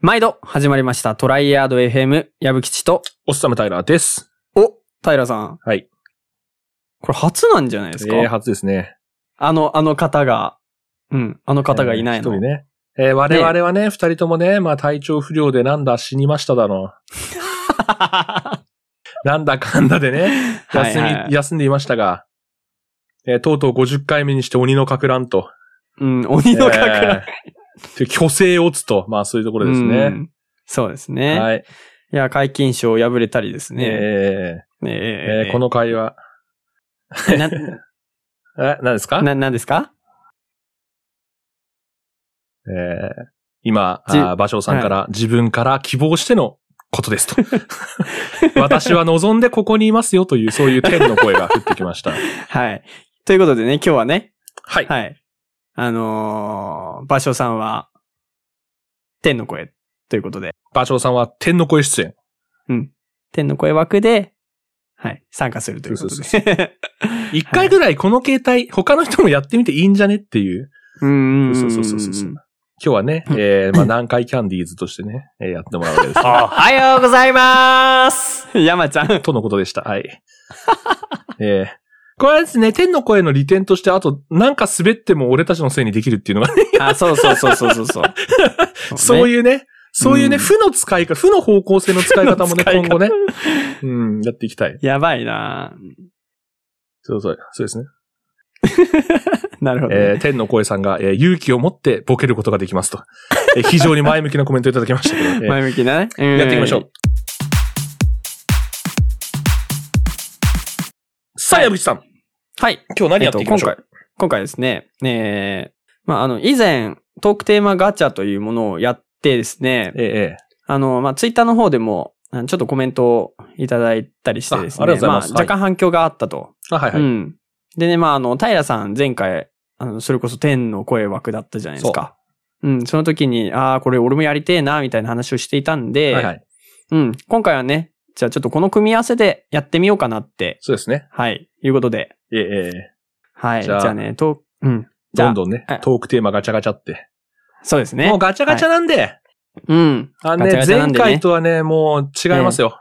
毎度始まりました。トライアード FM、矢吹吉と、おっさむタイラーです。お、平さん。はい。これ初なんじゃないですか、えー、初ですね。あの、あの方が、うん、あの方がいないの。えー一人ね。えー我々はね、二人ともね、まあ体調不良でなんだ死にましただの。 はなんだかんだでね、い は休み、い休んでいましたが、えーとうとう50回目にして鬼のかく乱と。うん、鬼の隠えーという虚勢を打つと。まあそういうところですうね。んそうですね。い、はい。や、解禁賞を破れたりですね。えええーえーこの会話、え な、え、何ですかな、なんですかえー今、あじー芭蕉さんから、自分から希望してのこと ですと。私は望んでここにいますよという、そういう天の声が降ってきまし た。はい。ということでね、今日はね、はい。はい。あのー、場所さんは、天の声ということで、芭蕉さんは天の声出演。天の声枠で、はい、参加するということそうで。そ一回ぐらいこの携帯、他の人もやってみていいんじゃねっていう。 うんうんんん。そうそうそうそうそう今日はね、えー、まあ、南海キャンディーズとしてね、えーやってもらうわけです。おはようございます 山ちゃん。とのことでした。はい。えー、これはですね、天の声の利点として、あと、なんか滑っても俺たちのせいにできるっていうのがあ、そうそうそうそう そうそう。そうういうね、そういうね、うん負の使い方、負の方向性の使い方も 負のね、使い今方後ね、うん、やっていきたい。ね。やばいなそうそう、そうですね。なるほどね、えー天の声さんが、えー勇気を持ってボケることができますと。えー非常に前向きなコメントをいただきましたけど、えー前向きなね。うんやっていきましょう。。さあ、矢口さん、はい。今日何やっていきましょう、えっと今回ですね、えー、まあ、あの、以前、トークテーマガチャというものをやってですね、えーえあの、まあ、ツイッターの方でも、あのちょっとコメントをいただいたりしてですね。あありがとうございますあ、若干反響があったと。ーあ、はいはい。うん。でね、まあ、あの、平さん前回、あの、それこそ天の声枠だったじゃないですか。うん、その時に、ああ、これ俺もやりてえな、みたいな話をしていたんで、はいはい。うん、今回はね、じゃあちょっとこの組み合わせでやってみようかなって、そうですね。はい、いうことで。えーえはい、じじゃゃああね、と、うん。ーじゃあどんどんねはい、トークテーマガチャガチャって。そうですねもう。ガチャガチャなんで、うん。あのガチャねガチャなん前でね回とはね、もう違いますよ。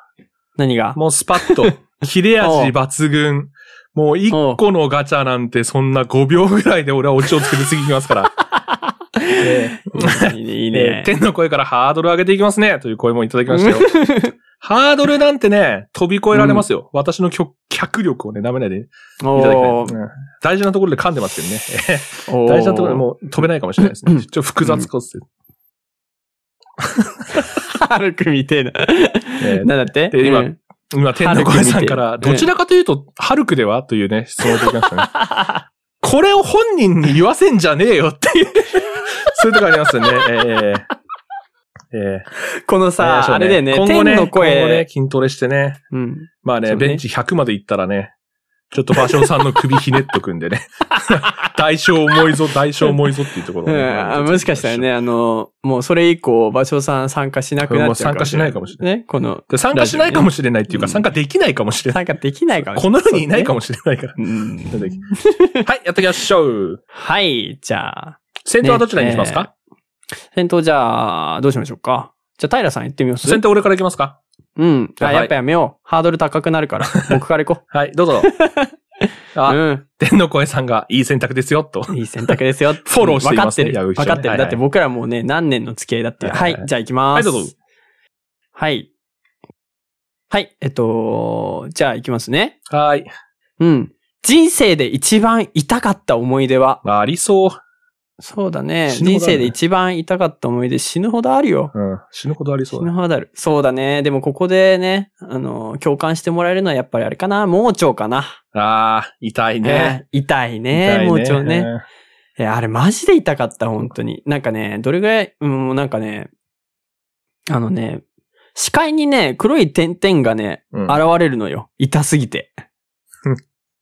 何がもうスパ ッと。切れ味抜群。もう一個のガチャなんてそんな5秒ぐらいで俺はオチをつけて次行きます から。えいいーねえー。天の声からハードル上げていきますねという声もいただき ましたよ。ハードルなんてね、飛び越えられますよ。私の脚脚力をね、舐めないでいただきたい。うおんー大事なところで噛んでますけどね。おー 大事なところでもう飛べないかもしれないで すね。ちょっと複雑骨折。歩くみてえな。えーなんだってで今うん今、天の声さんから、ハルク見てどちらかというと、ハルクではというね、質問をいただきましたね。 これを本人に言わせんじゃねえよっていう、 そういうとこありますよね。ええええこのさ、そうあれだよね、今後ね、天の今後ね声。、筋トレしてね。うん。まあそね、うねベンチ100まで行ったらね、ちょっと場所さんの首ひねっとく んでね。代償重いぞ、代償重いぞっていうところをうね、んあもしかしたらね、あの、もうそれ以降、場所さん参加しなくなっちゃうもう参加しないかもしれない。ね、この、で。参加しないかもしれないっていううか、ん参加できないかもしれない。参加できないかもしこれなのい。世にいないかも。もしれないから。うんなんだっけはい、やっていきましょう。はい、じゃあ、戦闘はどちらにしますか、ね先頭じゃあ、どうしましょうか。じゃあ、平さん行ってみます先頭俺から行きますかうん。あ、はいやっぱやめよう。ハードル高くなる から。僕から行こはい、どう ぞ。う。あうん。天の声さんがいい選択ですよ、と。いい選択ですよ。 フォローしていますね分かってる。矢分口さんかってはる。いはだいって僕らもうね、何年の付き合いだって。ははいはいい、じゃあ行きます。はい、どうぞ。。はい。はい、えっと、じゃあ行きますね。はい。うん。人生で一番痛かった思い出はありそう。そうだね。死ぬ人ほどあ生るねで一番痛かった思い出死ぬほどあるよ。うん。死ぬほどありそ死うぬだ。ほどある。そうだね。でもここでね、あの、共感してもらえるのはやっぱりあれかな。盲腸かな。ああ、痛いね。うん痛い痛ね。い盲腸ね。うんえ、あれマジで痛かった、本当に。なんかね、どれぐらい、うん、もうなんかね、あのね、視界にね、黒い点々がね、うん現れるのよ。痛すぎて。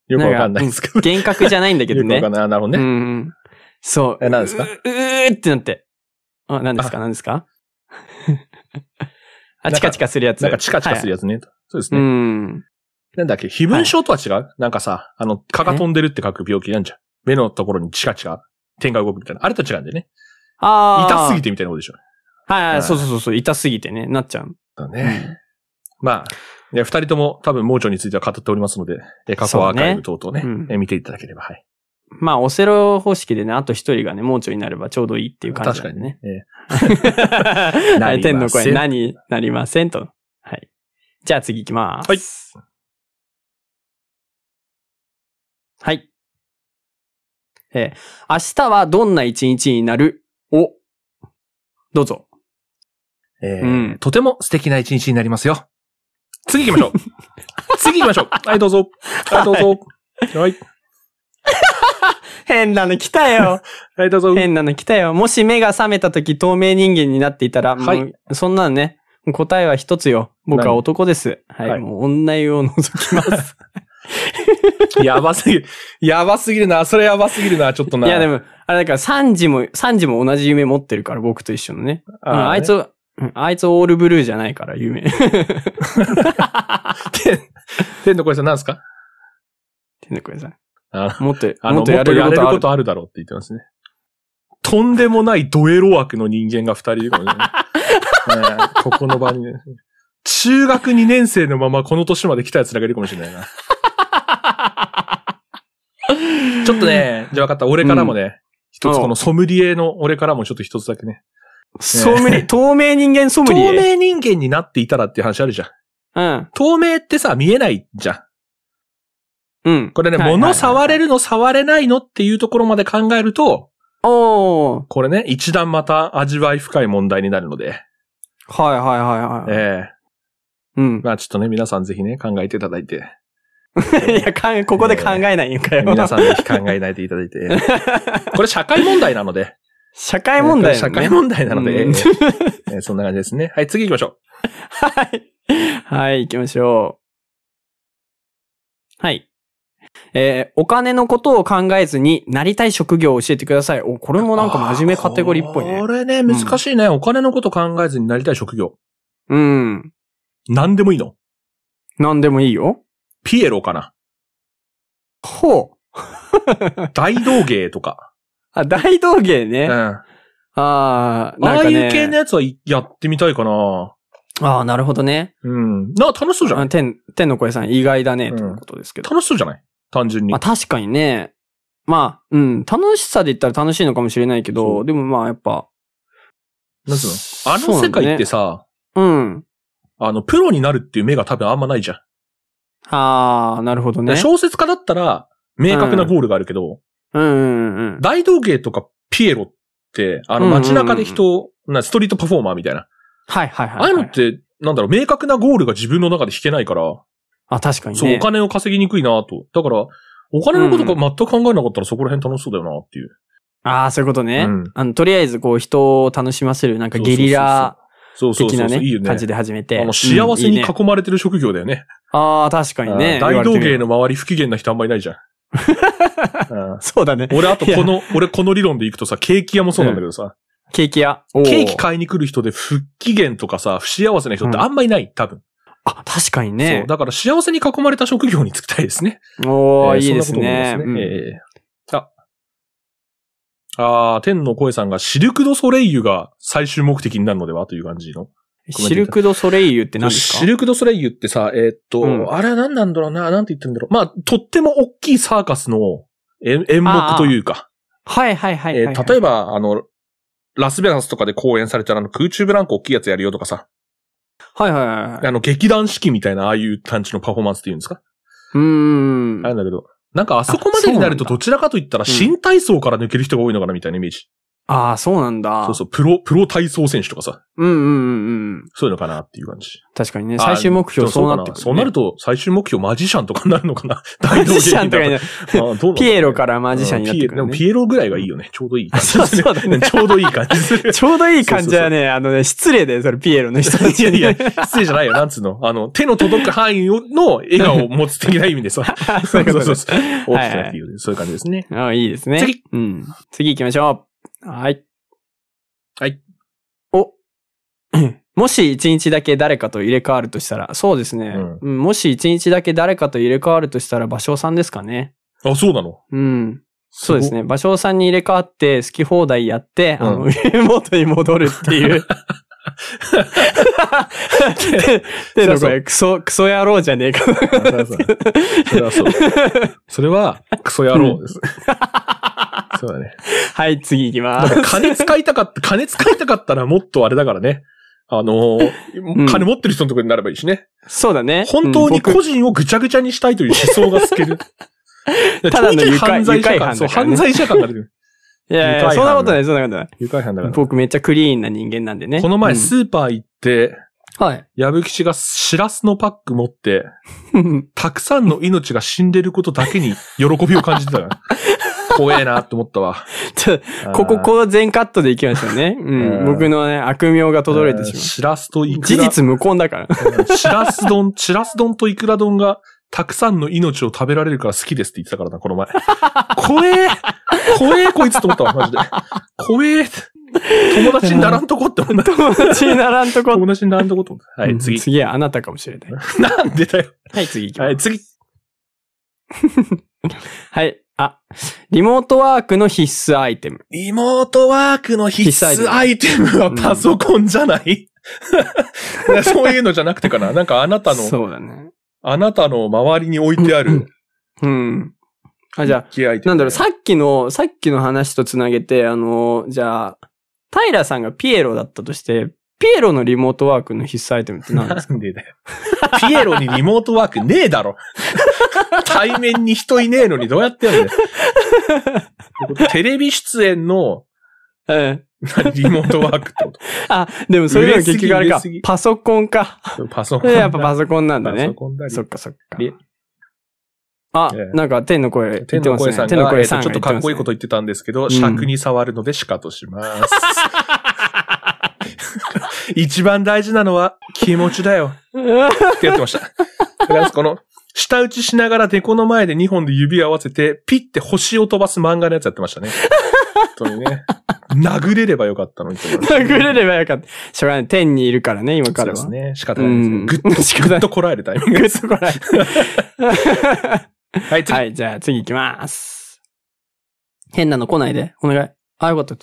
よくわかんないですけど。幻覚じゃないんだけどよくわねかん。ない。あなるほどうんね。うん。そう。え何ですかううーってなって。あ、何ですか何です かあ、なんかチカチカするやつ。なんかチカチカするややつね。そうですうね。ん。なんだっけ、非分症とは違うなんかさ、あの、蚊が飛んでるって書く病気なんじゃん。目のところにチカチカ、点が動くみたいな。あれと違うんだよね。ああ。痛すぎて。てみたいなことでしょ。はいはうい、んそうそうそうそう、痛すぎてね、なっちゃう。だね。まあ、いや、二人とも多分、盲腸については語っておりますので、え過去アーカイブ等々ね、そうねうんえ見ていただければ、はい。まあ、オセロ方式でね、あと一人がね、盲腸になればちょうどいいっていう感じな確かんにでねね。。え はなりませんい天の声、何、なりませんと。はい。じゃあ次行きます。はい。はい。えー明日はどんな一日になるを、どうぞ。えーうんとても素敵な一日になりますよ。次行きましょう。 次行きましょう。はい、どうぞ。はい、どうぞ。はい、変なの来たよ。はい、どうぞ。変なの来たよ。もし目が覚めた時透明人間になっていたら、はいもうそんなのね、答えは一つよ。僕は男です。はい、はいもう女湯を除き ます。やばすぎる。やばすぎるな。それやばすぎるな。ちょっといな。やでも、あれだから3時も、3時も同じ夢持ってるから、僕と一緒のね。あうーんあいつ、うんあいつオールブルーじゃないから、夢。天天の声さん何ですかてんのこれさん。あもっと、あの、もっもとっとややれれるることあこる。とあるだろうって言ってますね。とんでもないドエロ枠の人間が二人い るからね。ねえここの場にね、中学2年生のままこの年まで来た奴らがいるかもしれな いな。ちょっとね、じゃあ分かった。俺からもね、一、つこのソムリエの俺からもちょっと一つだけね。ソムリエ、透明人間ソム透リエ。明人間になっていたらっていう話あるじゃん。うん。透明ってさ、見えないじゃん。うん。これね、はいはいはい物触れるの触れないのっていうところまで考えると、おー。これね、一段また味わい深い問題になるので、はいはいはいはい。ええうん。まあちょっとね、皆さんぜひね、考えていただいて、 いや、かんここで考えないんかよ。皆さんぜひ考えないでいただ いて、これ社会問題なので、社会問題、ね、社会問題なので、うんえ えええそんな感じですね。はい、次行きましょはい。はい、行きましょう。はい。えーお金のことを考えずになりたい職業を教えてください。お、これう。もなんか真面目カテゴリーっぽいねこ。れね、ん難しいね、お金のこと考えずになりたい職業。うん。何でもいいの。なんでもいいよ。ピエロ かな。ほう。大道芸とか。あ、大道芸うん。ね。あああ、なんあかいね。う系のやつはやってみたいかな。ああ、なるほどね。うん。な、楽しそうじゃあん。天、天の声さん意外だね、うんということですけど。楽しそうじゃない単純に。まあ確かにね。まあ、うん。楽しさで言ったら楽しいのかもしれないけそど、うでもまあやっぱ。なんつうのあそのうな世んだね界ってさ、うん。あの、プロになるっていう目が多分あんまないじゃん。ああ、なるほどね。小説家だったら、明確なゴールがあるけど、うんうんうん。大道芸とかピエロって、あのうんうんうん街中で人、なストリートパフォーマーみたいな。はいはいはい、ああいうのって、なんだろう、明確なゴールが自分の中で引けないから、あ、確かにね。そう、お金を稼ぎにくいなと。だから、お金のことがうん全く考えなかったらそこら辺楽しそうだよなっていう。ああ、そういうことね。うんあの、とりあえずこう人を楽しませる、なんかゲリラそうそう的そなうそう、いいよね、ね。感じで始めて。あの、幸せうんいにいね囲まれてる職業だよね。ああ、確かにね。うん大道芸の。の周り不機嫌な人あんまいないじゃん。うんそうだね。俺、あとこの、俺この理論でいくとさ、ケーキ屋もそうなんだけどさ、ケーキ屋。おケーキ買いに来る人で不機嫌とかさ、不幸せな人ってあんまいない、多分。あ、確かにそねう。。だから幸せに囲まれた職業に就きたいです ね。おー、えーいいですね。そんなこともうんですねえーあ、あー天の声さんがシルクドソレイユが最終目的になるのではという感じの。シルク・ド・ソレイユって何ですかシルクドソレイユってさ、えーっと、うんあれは何なんだろうな、なんて言ってるんだろう。まあ、とっても大きいサーカスの演演目というか。はいはいはいはい、えー例えば、あの、ラスベガスとかで公演されたら、あの、空中ブランコ大きいやつやるよとかさ、はいはいはいはい。あの、劇団四季みたいな、ああいう感じのパフォーマンスっていうんですか、うーんあ。るんだけど、なんかあそこまでになるとあそうなんだどちらかといったらうん新体操から抜ける人が多いのかなみたいなイメージ。ああ、そうなんだ。そうそう、プロ、プロ体操選手とかさ、うんうんうんうん。そういうのかなっていう感じ。確かにね、あー最終目標そうなってくでもそうかそうなると。と最終目標マジシャンとかになるのかな マジシャンとかになる大道芸人だとあどうなんだろうねピエロからマジシャンになってくる、ね。うんピエでもピエロぐらいがいいよね。ちょうどいい感じ。そうそうだね ちょうどいい感じする。ちょうどいい感じだね。あのね、失礼だよ、それ、ピエロの人たちに。いや い失礼じゃないよ、なんつうの。あの、手の届く範囲の笑顔を持つ的な意味でさ。 そういうことね そう。大きくなっていう、そういう感じですね。ああ、いいですね。次。うん。次行きましょう。はい。はい。お。 もし一日だけ誰かと入れ替わるとしたら、そうですね。うんうんもし一日だけ誰かと入れ替わるとしたら、場所さんですかね。あ、そうなのうん。そうですね。場所さんに入れ替わって、好き放題やって、あの、うんリモートに戻るって いう。 で、で、これ、クソ、クソ野郎じゃねえか。 それはそう。それはそう。それは、クソ野郎 です。そうだね。はい、次行きまだからす。金使いたかった、金使いたかったらもっとあれだからね。あのーん金持ってる人のところになればいいしね。そうだね。本当うにん僕個人をぐちゃぐちゃにしたいという思想が透ける。 ただのちょいちょい愉快犯罪者愉快犯だ感、そう、からね犯罪者感が出てくる。いやい愉や、快犯そんなことない、そんなことない。愉快犯だから。僕めっちゃクリーンな人間なんでね。この前うんスーパー行って、はい。 矢吹吉がシラスのパック持って、たくさんの命が死んでることだけに喜びを感じてた から。怖えなって思ったわ。ちょここ、こう全カットでいきましたね。ううんん。僕のね、悪名が届轟いてしまう。シラスとイク事ラ。実無根だから。シラス丼、シラス丼とイクラ丼がたくさんの命を食べられるから好きですって言ってたからな、この前。怖え怖えこいつと思ったわ、マジで。怖え友達にならんとこって思った。友 達になら んとこ。友達にならんとこって思った。はうい、ん次。次はあなたかもしれない。なんでだよ。はい、次行きます。はい、次。はい。あ、リモートワークの必須アイテム。リモートワークの必須アイテムはパソコンじゃない、 そういうのじゃなくてかな。なんかあなたの、そうだね。あなたの周りに置いてあるうん。あ、じゃあ、機アイテム。なんだろう、さっきの、さっきの話とつなげて、あの、じゃあ、平さんがピエロだったとして、ピエロのリモートワークの必須アイテムって何ですかなんでだよ。ピエロにリモートワークねえだろ。 対面に人いねえのにどうやってやるんだよ。テレビ出演の ええ。何リモートワークってことあ、でもそれでも結局あれ売れかすぎ売れすぎ、パソコン か。 パソコン。やっぱパソコンなんだパねソ。コンだりそっかそっかで。あえ、えなんか天の声言天ってのます声さね。んが、天の声えさっんとがちょっとかっこいいこと言言ってたんですけど、ん尺に触るのでシカとします。 一番大事なのは気持ちだよ。ってますね。ってやってました。フランスこの、下打ちしながら猫の前で2本で指を合わせて、ピッて星を飛ばす漫画のやつやってましたね。本当にね。殴れればよかったのにと思いま したね。殴れればよかった。しょうがない。天にいるからね、今そかうらでは。すね。仕方ないですね。うんぐっと、ぐ仕方ないっとこらえるタイミンググ です。ッとこない。はい、次。 はい、じゃあ次行きます。変なの来ないで。お願い。あ、よか った。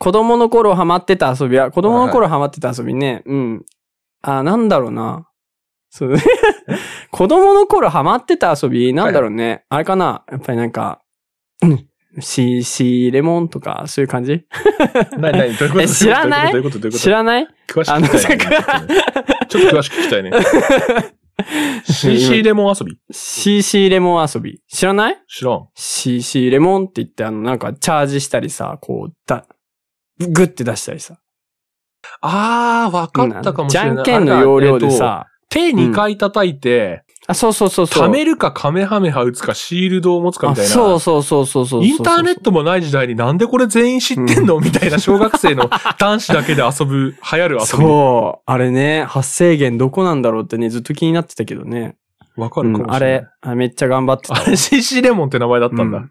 子供の頃ハマってた遊びは、子供の頃ハマってた遊びね、うん。あ、なんだろうな。そう。 子供の頃ハマってた遊び、なんだろうね。あれかなやっぱりなんか、うんシーシーレモンとか、そういう感じ何、何、どういうことえ知らないどういうことどういうこと知らないどういうこと詳しく聞きたいあね、ちょっとねちょっと詳しく聞きたい ね。CC レモン遊びシーシーレモン遊び。知らない知らん。シーシーレモンって言って、あの、なんかチャージしたりさ、こう、だ、グッて出したりさ。あー、わかったかもしれない。じゃんけんの要領でさ、あれだ。えっと手2回叩いて、あ、そうそうそうそう。貯めるかカメハメハ打つかシールドを持つかみたいあな。そうそうそうそうそうそう。インターネットもない時代になんでこれ全員知ってんの、みたいな小学生の男子だけで遊ぶ、流行る遊び。そう。あれね、発生源どこなんだろうってね、ずっと気になってたけどね。わかるかうもんしあれれない。、あめっちゃ頑張ってた。あれ、CC レモンって名前だったんだ。うん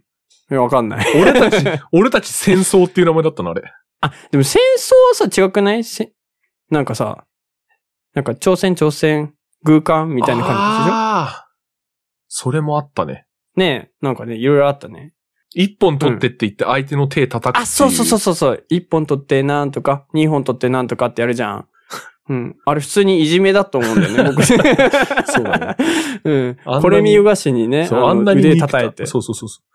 いやわかんない。 俺たち、俺たち戦争っていう名前だったの、あれ。あ、でも戦争はさ、違くないせなんかさ、なんか朝鮮朝鮮、軍艦みたいな感じでしょあーそれもあったね。ねえ、なんかね、いろいろあったね。一本取ってって言って相手の手叩くっていう、あ、そうそうそうそうそう。一本取ってなんとか、二本取ってなんとかってやるじゃん。うん。あれ普通にいじめだと思うんだよね、 僕。そうだ うんあんな。にこれ見よがしにね、そうのあんなに腕叩いて。そうそうそうそう。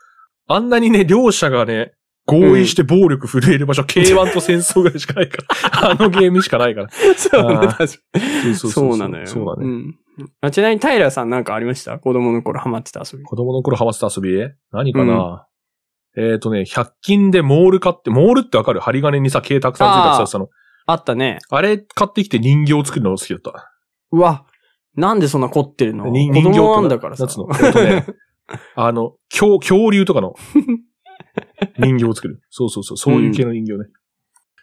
あんなにね、両者がね、合意して暴力震える場所、K1 と戦争ぐらいしかな いから。あのゲームしかないから。そうね、あー 確かにそうそ うそうなのよ。そうだね。んあちなみに、平さんなんかありました子供の頃ハマってた遊び。子供の頃ハマってた遊び何かな、えっ、とね、100均でモール買って、モールってわかる針金にさ、毛たくさんついたあやーつその、あったね。あれ買ってきて人形作るのが好きだった。うわ、なんでそんな凝ってるの子人人形って供なんだからさ。なんつうのえっとね あの、恐恐竜とかの人形を作る。そうそうそう、そういう系の人形ね。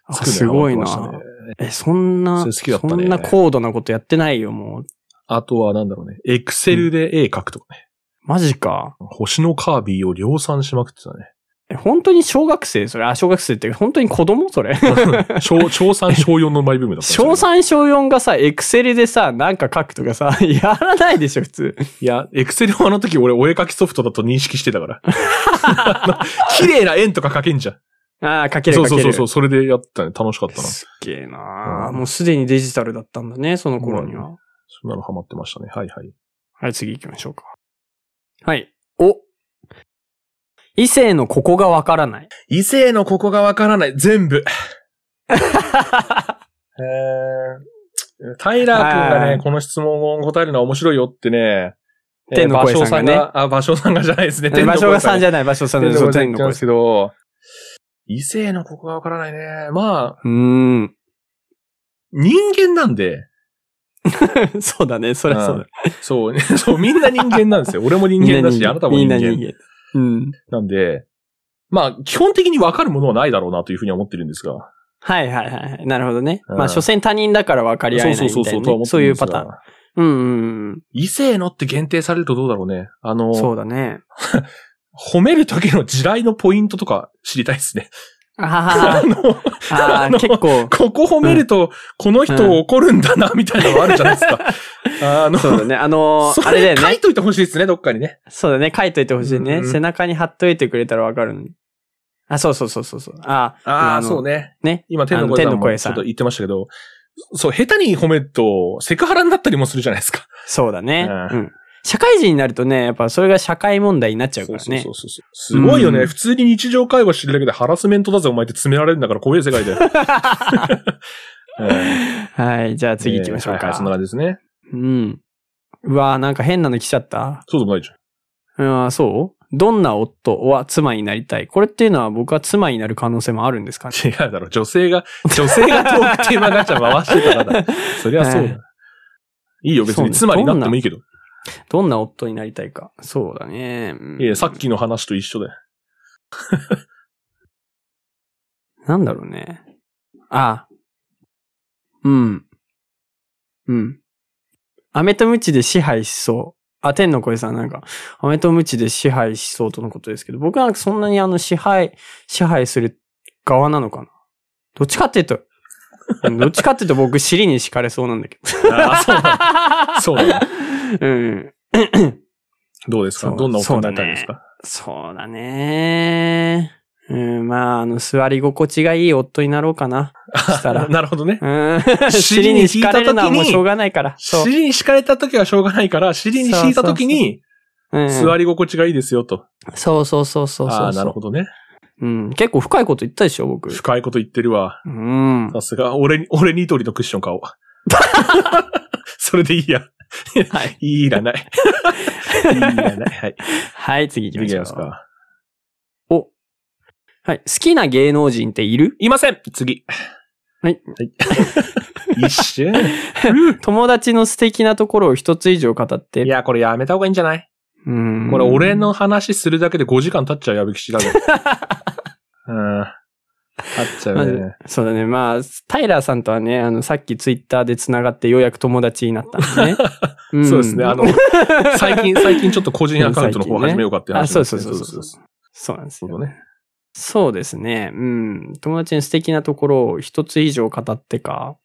あ作るすのがごハいマなってましたね。え、そんな、それ好きだったそねんな高度なことやってないよ、もう。あとはなんだろうね。エクセルで絵描くとかね。マジか。星のカービィを量産しまくってたね。え本当に小学生それ。あ、小学生って本当に子供それ。 小、小3、小4のマイブームだったんですよ。小3小4がさ、エクセルでさ、なんか書くとかさ、 やらないでしょ、普通。いや、エクセルをあの時俺お絵描きソフトだと認識して たから。あの綺麗な円とか描けんじゃん。ああ、書けるそ書けうる。そうそうそう、それでやったね。楽しかったな。すっげえなあ、うんもうすでにデジタルだったんだね、その頃には。そんなのハマってましたね。はいはい。はい、次行きましょうか。はい。お。異性のここがわからない。異性のここがわからない。全 部。えー、タイラー君がはね、いこの質問を答えるのは面白いよってね、えー天の声さんがね馬匠あ、場所さんがじゃないです ね。場所がさんじゃゃない、場所さん天です。のそう声さん天が言のってま声すけど、異性のここがわからないね。まあ、うーん。人間なんで、 そうだね、そりゃそうだ。そう ね、そう、みんな人間なんですよ。俺も人間だし、あなた もみ人んな間人間。うん。なんで、まあ、基本的にわかるものはないだろうなというふうには思ってるんですが。はいはいはいはい。なるほどね。うんまあ、所詮他人だから分かり合えないみたいな、ね。そうとは思っているんうですがパターン。うんうんうん。異性のって限定されるとどうだろうね。あの、そうだね。褒める時の地雷のポイントとか知りたいですね。 ああははの、あ あーの結構、ここ褒めると、この人怒るんだな、みたいなのあるじゃないですか。あの、そうだね。あのー そあれだれよ書ねい。といてほしいですね、どっかにね。そうだね。書いといてほしいね。うんうん背中に貼っといてくれたらわかるのに。あ、そうそうそうそうそう。あああ、のそうね。ね。今、天のあの天の声声ささんんもちょっと言ってましたけど、そう、下手に褒めると、セクハラになったりもするじゃないですか。そうだね。ううん。社会人になるとね、やっぱそれが社会問題になっちゃうかそうらそうねそ。うそう。すごいよね、うん普通に日常会話してるだけでハラスメントだぜ、お前って詰められるんだから怖い世 界で。 うんはい。じゃあ次行きましょうはいはいそんなか。感じですね。うん。うわーなんか変なの来ちゃった。そうでもないじゃん。うん、そうどんな夫は妻になりたいこれっていうのは僕は妻になる可能性もあるんですかね違うだろ。女性が、女性がトークテーマガチャ回して たからだ。そりゃそうだ。はいいいよ、別そうにね妻になってもいいけど。どんな夫になりたいか。そうだね。うんいや、さっきの話と 一緒だよ。なんだろうね。あうん。うん。飴とムチで支配しそう。あ、天の声さんなんか、飴とムチで支配しそうとのことですけど、僕はなんかそんなにあの支配、支配する側なのかな。どっちかっていうと、うんどっちかっていうと僕尻に敷かれそうなんだけあーそうなんど。だ そうなんだうん。どうですかそうどんなお考えになりたいですかそうだね。うん、まあ、あの、座り心地がいい夫になろうかな。したら なるほどね。うん尻尻にに敷敷かかれれるるののははももううししょょううがないから。そう。尻に敷かれた時はしょうがないから、尻に敷いた時にうん座り心地がいいですよと。そうそうそうそうそうそう。ああ、なるほどね。うん。結構深いこと言ったでしょ、僕。深いこと言ってるわ。うん。さすが、俺に、俺ニトリのクッション 買おう。それでいいや。はい。いいい らない。いいいらない。はい。はい、次行きま次しょ行きう。ますか。お。はい。好きな芸能人っている いません次。はい。 一瞬。友達の素敵なところを一つ以上語って。いや、これやめた方がいいんじゃないうん。これ俺の。話するだけで5時間経っちゃうやぶき しだね。うん。経っちゃうね。そうだね。まあ、タイラーさんとはね、あの、さっきツイッターで繋がってようやく友達になったんでね。ん そうですね。あ の、最近、最近ちょっと個人アカウントの方始めようかって話、あそうそうそうそうそそうなんですうよだ。ね。そうですね。うん。友達の素敵なところを一つ以上語ってか。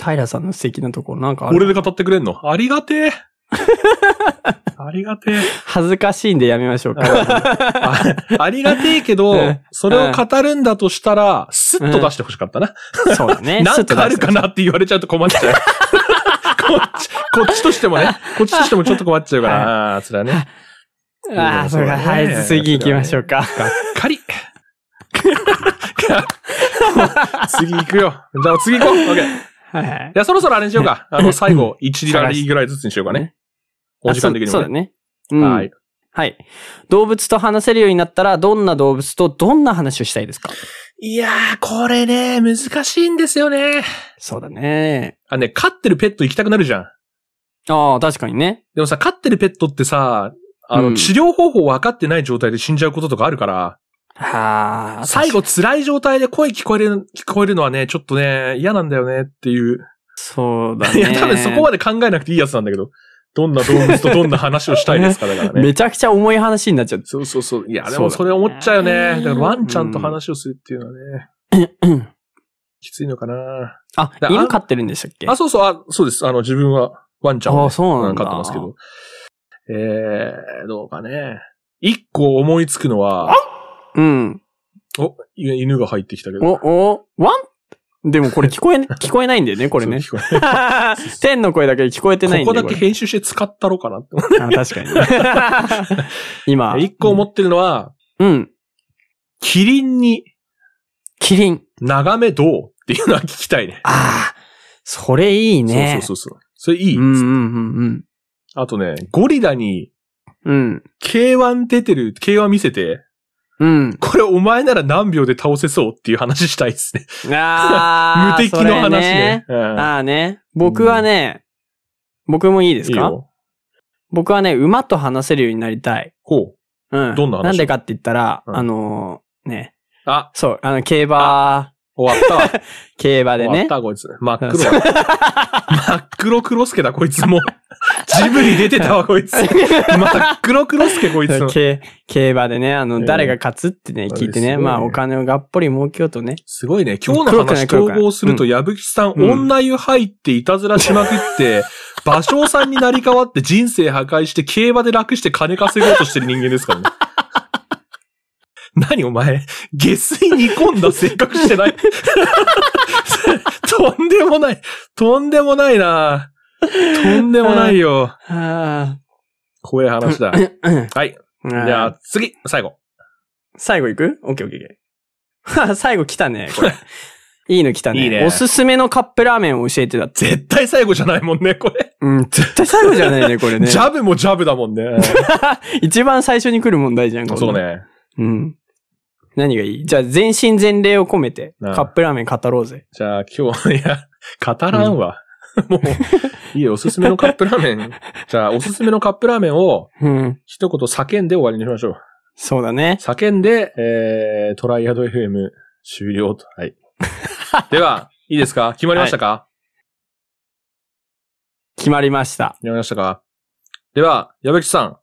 平さんの素敵なところなんかある俺で語ってくれんのあり がてえありがてえ。恥ずかしいんでやめましょうか。あありがてえけどうん、それを語るんだとしたら、スッと出してほしかったな。そうだね。 なんかあるちょっと出しかてなって言われちゃうと困っ ちゃう。こっち、こっちとしてもね、こっちとしてもちょっと困っちゃうから、はい ああー、それはね、ああ、そうか。はそうだい、ね次行きましょうか。がっかり。 次行くよ。じゃあ次行こう。オッケー。はい。じゃあそろそろあれにしよう か。あの、最後、1ラリーぐらいずつにしようかね。お時間的にあそうそうもだね。ね。うんはい。。はい。動物と話せるようになったら、どんな動物とどんな話をしたいですかいやー、これね、難しいんですよね。そうだね。あ、ね、飼ってるペット行きたくなるじゃん。ああ、確かにね。でもさ、飼ってるペットってさ、あの、うん治療方法分かってない状態で死んじゃうこととかあるから、はあ。最後辛い状態で声聞こえる、聞こえるのはね、ちょっとね、嫌なんだよねっていう。そうだいね。 や、多分そこまで考えなくていいやつなんだけど。どんな動物とどんな話をしたいですか、だから ね。めちゃくちゃ重い話になっちゃう。そうそうそう。いや、でそうだもねそれ思っちゃうよね。だからワンちゃんと話をするっていうのはね、きついのかな。あだ、犬飼ってるんでしたっけあ、そうそう、あ、そうです。あの、自分はワンちゃんをあそう飼なっんてだますけど。えー、どうかね。一個思いつくのは、うん。お、い犬が入ってきたけど。お、お、ワンでもこれ聞こ え、聞こえないんだよね、これね。そう聞こ え天の声だけ聞こえてないんここだよだこけれ編集して使ったろかなって思あ確か に。今っ。て。一個思ってるのは、うん。キリンにキリン。眺めどうっていうのは聞きたいね。ああ。それいいね。そうそうそうそう。それいい、うんうんうんあとね、ゴリラにうん。うん。 K1 出てる、K1 見せて、うん。これお前なら何秒で倒せそうっていう話したいですね。 無ああ。敵のそれ話ね。。うんああね。僕はね、僕もいいですいいかよ僕はね、馬と話せるようになりたい。ほう。うん。どんな話なんでかって言ったら、うんあのーね、あ、そう、あの、競馬、終わっ たわ。競馬で終わっね。た、こいつ。真っ黒だ。真っ黒クロスケだ、こ いつもう。ジブリ出てたわ、こいつ。真っ黒クロスケ、こい つの。競競馬でね、あの、ええ誰が勝つってね、聞いてあれすね、ごいねまあ、お金をがっぽり儲けようとね。すごいね。今日の黒くな話い黒く統ない合すると、う矢吹さん、うん女湯入っていたずらしま くって、芭蕉さんになり変わって人生破壊して、競馬で楽して金稼ごうとしてる人間ですから ね。何お前、下水煮込んだ性格し てない。とんでもない。とんでもないな。とんでもないよ。あ怖い話 だ。あ。はい。じじゃあ、次、最後。最後いくオッケーオッケーオッケー はは。最後来たね、こ れ。いいの来たね。いいねおすすめのカップラーメンを教えてだって。絶対最後じゃないもんね、これ。うん、絶対最後じゃないね、こ れね。ジャブもジャブだもんね。 一番最初に来る問題じゃん、これそう。ね。うん。何がいいじゃあ、全身全霊を込めて、うんカップラーメン語ろうぜ。じゃあ今日、いや、語らんわ。もう、いいよ、おすすめのカップラーメン。じゃあ、おすすめのカップラーメンをうん。一言叫んで終わりにしましょう。そうだね。叫んで、えー、トライアド FM 終了と。はい。 では、いいですか決まりましたか、決まりました。決まりましたかでは、矢吹さん、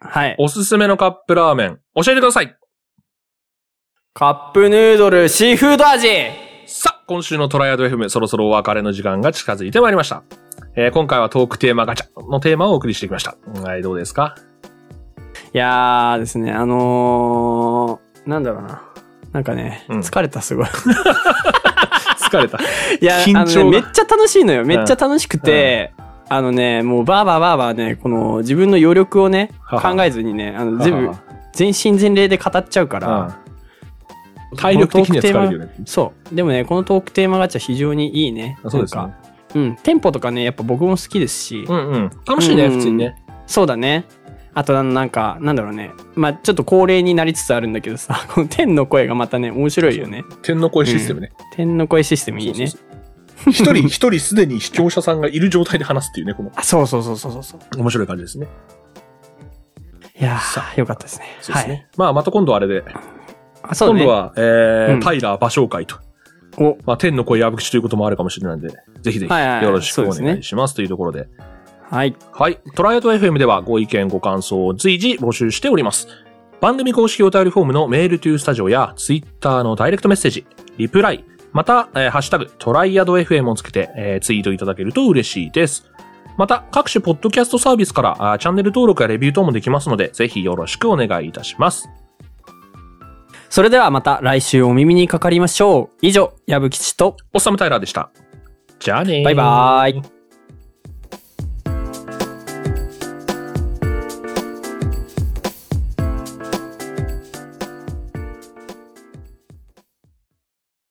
はい。おすすめのカップラーメン、教えてくださいカップヌードルシーフード味さあ、今週のトライアド FM、そろそろお別れの時間が近づいてまいりました。えー今回はトークテーマガチャのテーマをお送りしてきました。はい、どうですかいやーですね、あのー、なんだろうな。なんかね、うん疲れた、 すごい。疲 れた。いや、緊張あのね、めがっちゃ楽しいのよ。めっちゃ楽しくて、あのね、もうバーバーバーバーね、この自分の余力をね、はは考えずにね、あの全は部は、全身全霊で語っちゃうから、体力的には疲れるよね。そう。でもね、このトークテーマガチャ非常にいいね。あそうですなんねか。。うん、テンポとかね、やっぱ僕も好きですし、うんうん。楽しいね、うん普通にね。そうだね。あと、あのなんか、なんだろうね。まあ、ちょっと恒例になりつつあるんだけどさ、 この天の声がまたね、面白いよね。天の声システムね。天の声システムいいねそ。一人、 一人すでに視聴者さんがいる状態で話すっていうね、このあそうそうそうそうそうそう。面白い感じですね。いやさー、よかったですね。そうですはね。い。まあ、また今度はあれで、あ、そうだ今ね。度は、えーうんタイラー場紹介と。お、まあ、天の声矢吹ということもあるかもしれないんで、ぜひぜひはいはいはいよろしくそおうです願いねしますというところで。はい。はい。トライアド FM ではご意見、ご感想を随時募集しております。番組公式お便りフォームのメールトゥースタジオやツイッターのダイレクトメッセージ、リプライ、また、えーハッシュタグ、トライアド FM をつけて、えーツイートいただけると嬉しいです。また、各種ポッドキャストサービスからあーチャンネル登録やレビュー等もできますので、ぜひよろしくお願いいたします。それではまた来週お耳にかかりましょう。以上、矢吹吉と、おっさむタイラーでした。じゃあねーバイバーイ。